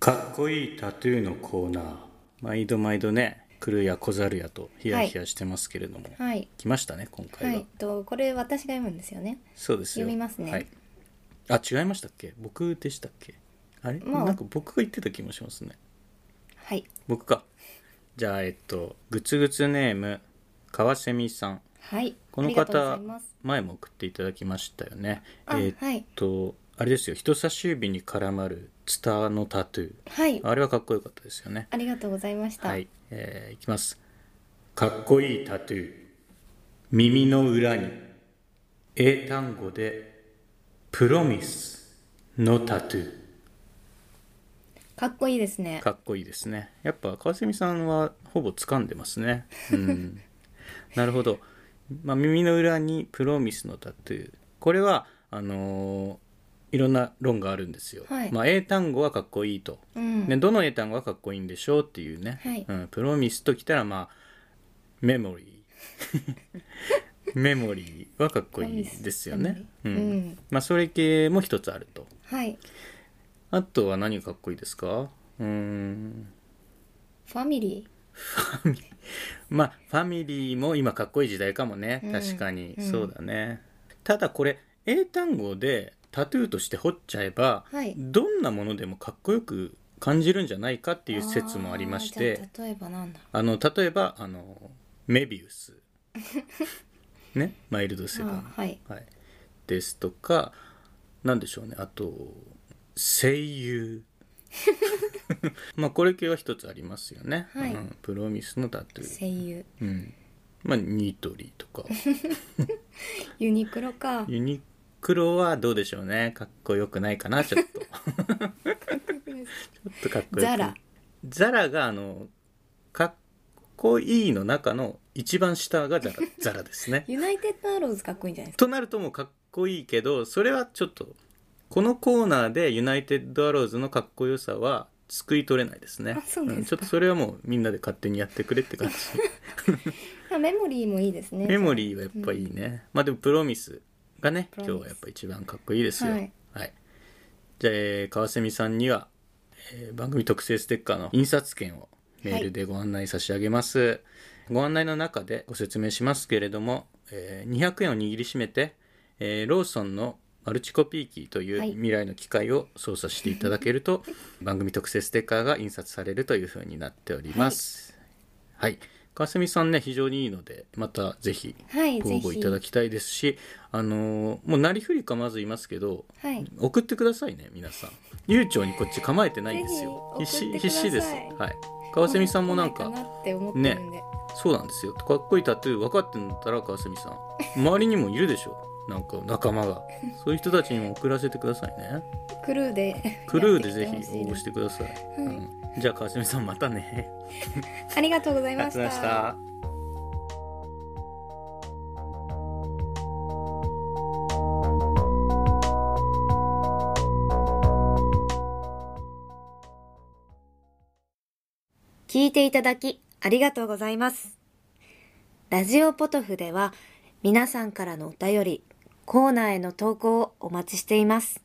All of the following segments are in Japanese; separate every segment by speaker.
Speaker 1: かっこいいタトゥーのコーナー毎度毎度ね来るや来ざるやとヒヤヒヤしてますけれども、
Speaker 2: はい。
Speaker 1: 来ましたね今
Speaker 2: は
Speaker 1: 回は、
Speaker 2: い。とこれ私が読むんですよね。
Speaker 1: そうですよ
Speaker 2: 読みますね
Speaker 1: はい、あ違いましたっけ僕でしたっけあれ、
Speaker 2: まあ
Speaker 1: なんか僕が言ってた気もしますね
Speaker 2: はい。
Speaker 1: 僕かじゃあえっとグツグツネーム川セミさん
Speaker 2: はい。
Speaker 1: この
Speaker 2: ありがとうござ
Speaker 1: 方
Speaker 2: います
Speaker 1: 前も送っていただきましたよねえ
Speaker 2: あ、
Speaker 1: ーっ
Speaker 2: はい。
Speaker 1: とあれですよ人差し指に絡まるツタのタトゥー
Speaker 2: はい。
Speaker 1: あれはかっこよかったですよね
Speaker 2: ありがとうございました。
Speaker 1: はい、えーいきますかっこいいタトゥー耳の裏に英単語で「プロミス」のタトゥ
Speaker 2: かっこいいですね
Speaker 1: ー。かっこいいですねやっぱ川澄さんはほぼ掴んでますねうん なるほど、まあ、耳の裏に「プロミス」のタトゥーこれはあのーいろんな論があるんですよ、
Speaker 2: はい
Speaker 1: まあ、英単語はかっこいいと
Speaker 2: うん。
Speaker 1: ね、どの英単語がかっこいいんでしょうっていうね、
Speaker 2: はい
Speaker 1: うん、プロミスときたらまあメモリ ーメモリーはかっこいいですよね、うん
Speaker 2: メモリーうん
Speaker 1: まあそれ系も一つあると
Speaker 2: はい。
Speaker 1: あとは何がかっこいいですかうーん
Speaker 2: ファミリ
Speaker 1: まあファミリーも今かっこいい時代かもね
Speaker 2: うん
Speaker 1: 確かに、
Speaker 2: うん
Speaker 1: そうだねただこれ英単語でタトゥーとして彫っちゃえば、
Speaker 2: はい
Speaker 1: どんなものでもかっこよく感じるんじゃないかって
Speaker 2: ー。
Speaker 1: いう説もありまし
Speaker 2: あー
Speaker 1: て
Speaker 2: じゃあ例えばなんだ。
Speaker 1: あの例えばあのメビウ スねマイルドセ
Speaker 2: あ
Speaker 1: ブン、
Speaker 2: ーはい。
Speaker 1: はい、ですとかなんでしょうねあと声 優まあこれ系は一つありますよね、
Speaker 2: はい
Speaker 1: うんプロミスのタトゥー、
Speaker 2: 声優。
Speaker 1: うん、まあニトリと か
Speaker 2: ユニクロか。
Speaker 1: ユニクロはどうでしょうねかっこよくないかなちょっ と ちょっとかっこよく
Speaker 2: ザラ
Speaker 1: ザラがあのかっこいいの中の一番下 がザラザラですね。
Speaker 2: ユナイテッドアローズかっこいいんじゃないです
Speaker 1: となるともうかっこいいけどそれはちょっとこのコーナーでユナイテッドアローズのかっこよさは救い取れないですね。
Speaker 2: あそうですか
Speaker 1: んちょっとそれはもうみんなで勝手にやってくれって 感じ。
Speaker 2: か。あメモリーもいいですね。
Speaker 1: メモリーはやっぱいいね。まあでもプロミスがね
Speaker 2: プ
Speaker 1: 今
Speaker 2: ロ
Speaker 1: 日
Speaker 2: ミス
Speaker 1: はやっぱ一番かっこいいですよ。
Speaker 2: はい
Speaker 1: じゃあ、えー川蝉さんには、えー番組特製ステッカーの印刷券をメールでご案内差し上げます、ご案内の中でご説明しますけれども、えー200円を握りしめて、えーローソンのマルチコピー機という
Speaker 2: はい
Speaker 1: 未来の機械を操作していただける と、番組特製ステッカーが印刷されるというふうになっておりますはい、川澄さんね非常にいいのでまたぜひ
Speaker 2: はい。
Speaker 1: ご
Speaker 2: ぜ
Speaker 1: 応募
Speaker 2: ひ。
Speaker 1: いただきたいですしあのーもうなりふりかまず言いますけど
Speaker 2: はい。
Speaker 1: 送ってくださいね皆さん悠長にこっち構えてないんですよ
Speaker 2: ぜ
Speaker 1: 必
Speaker 2: ひ送
Speaker 1: 死
Speaker 2: ってく
Speaker 1: 必
Speaker 2: ださい
Speaker 1: 死ですはい川澄さんもなんか
Speaker 2: 来いなって思ってるんで。
Speaker 1: そうなんですよかっこいいタトゥー分かってんだったら川澄さん周りにもいるでしょなんか仲間がそういう人たちにも送らせてくださいね
Speaker 2: クルーで。
Speaker 1: クルーでぜひ応募しててください、うん、じゃあ川澄さんまたね
Speaker 2: ほしいな。ありがとうござ
Speaker 1: あり
Speaker 2: いま
Speaker 1: が
Speaker 2: し。
Speaker 1: とうございましたた
Speaker 2: 聞いていただきありがとうございます。ラジオポトフでは皆さんからのお便り、コーナーへの投稿をお待ちしています。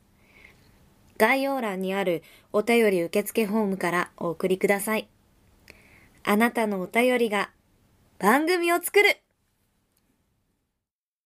Speaker 2: 概要欄にあるお便り受付フォームからお送りください。あなたのお便りが番組を作る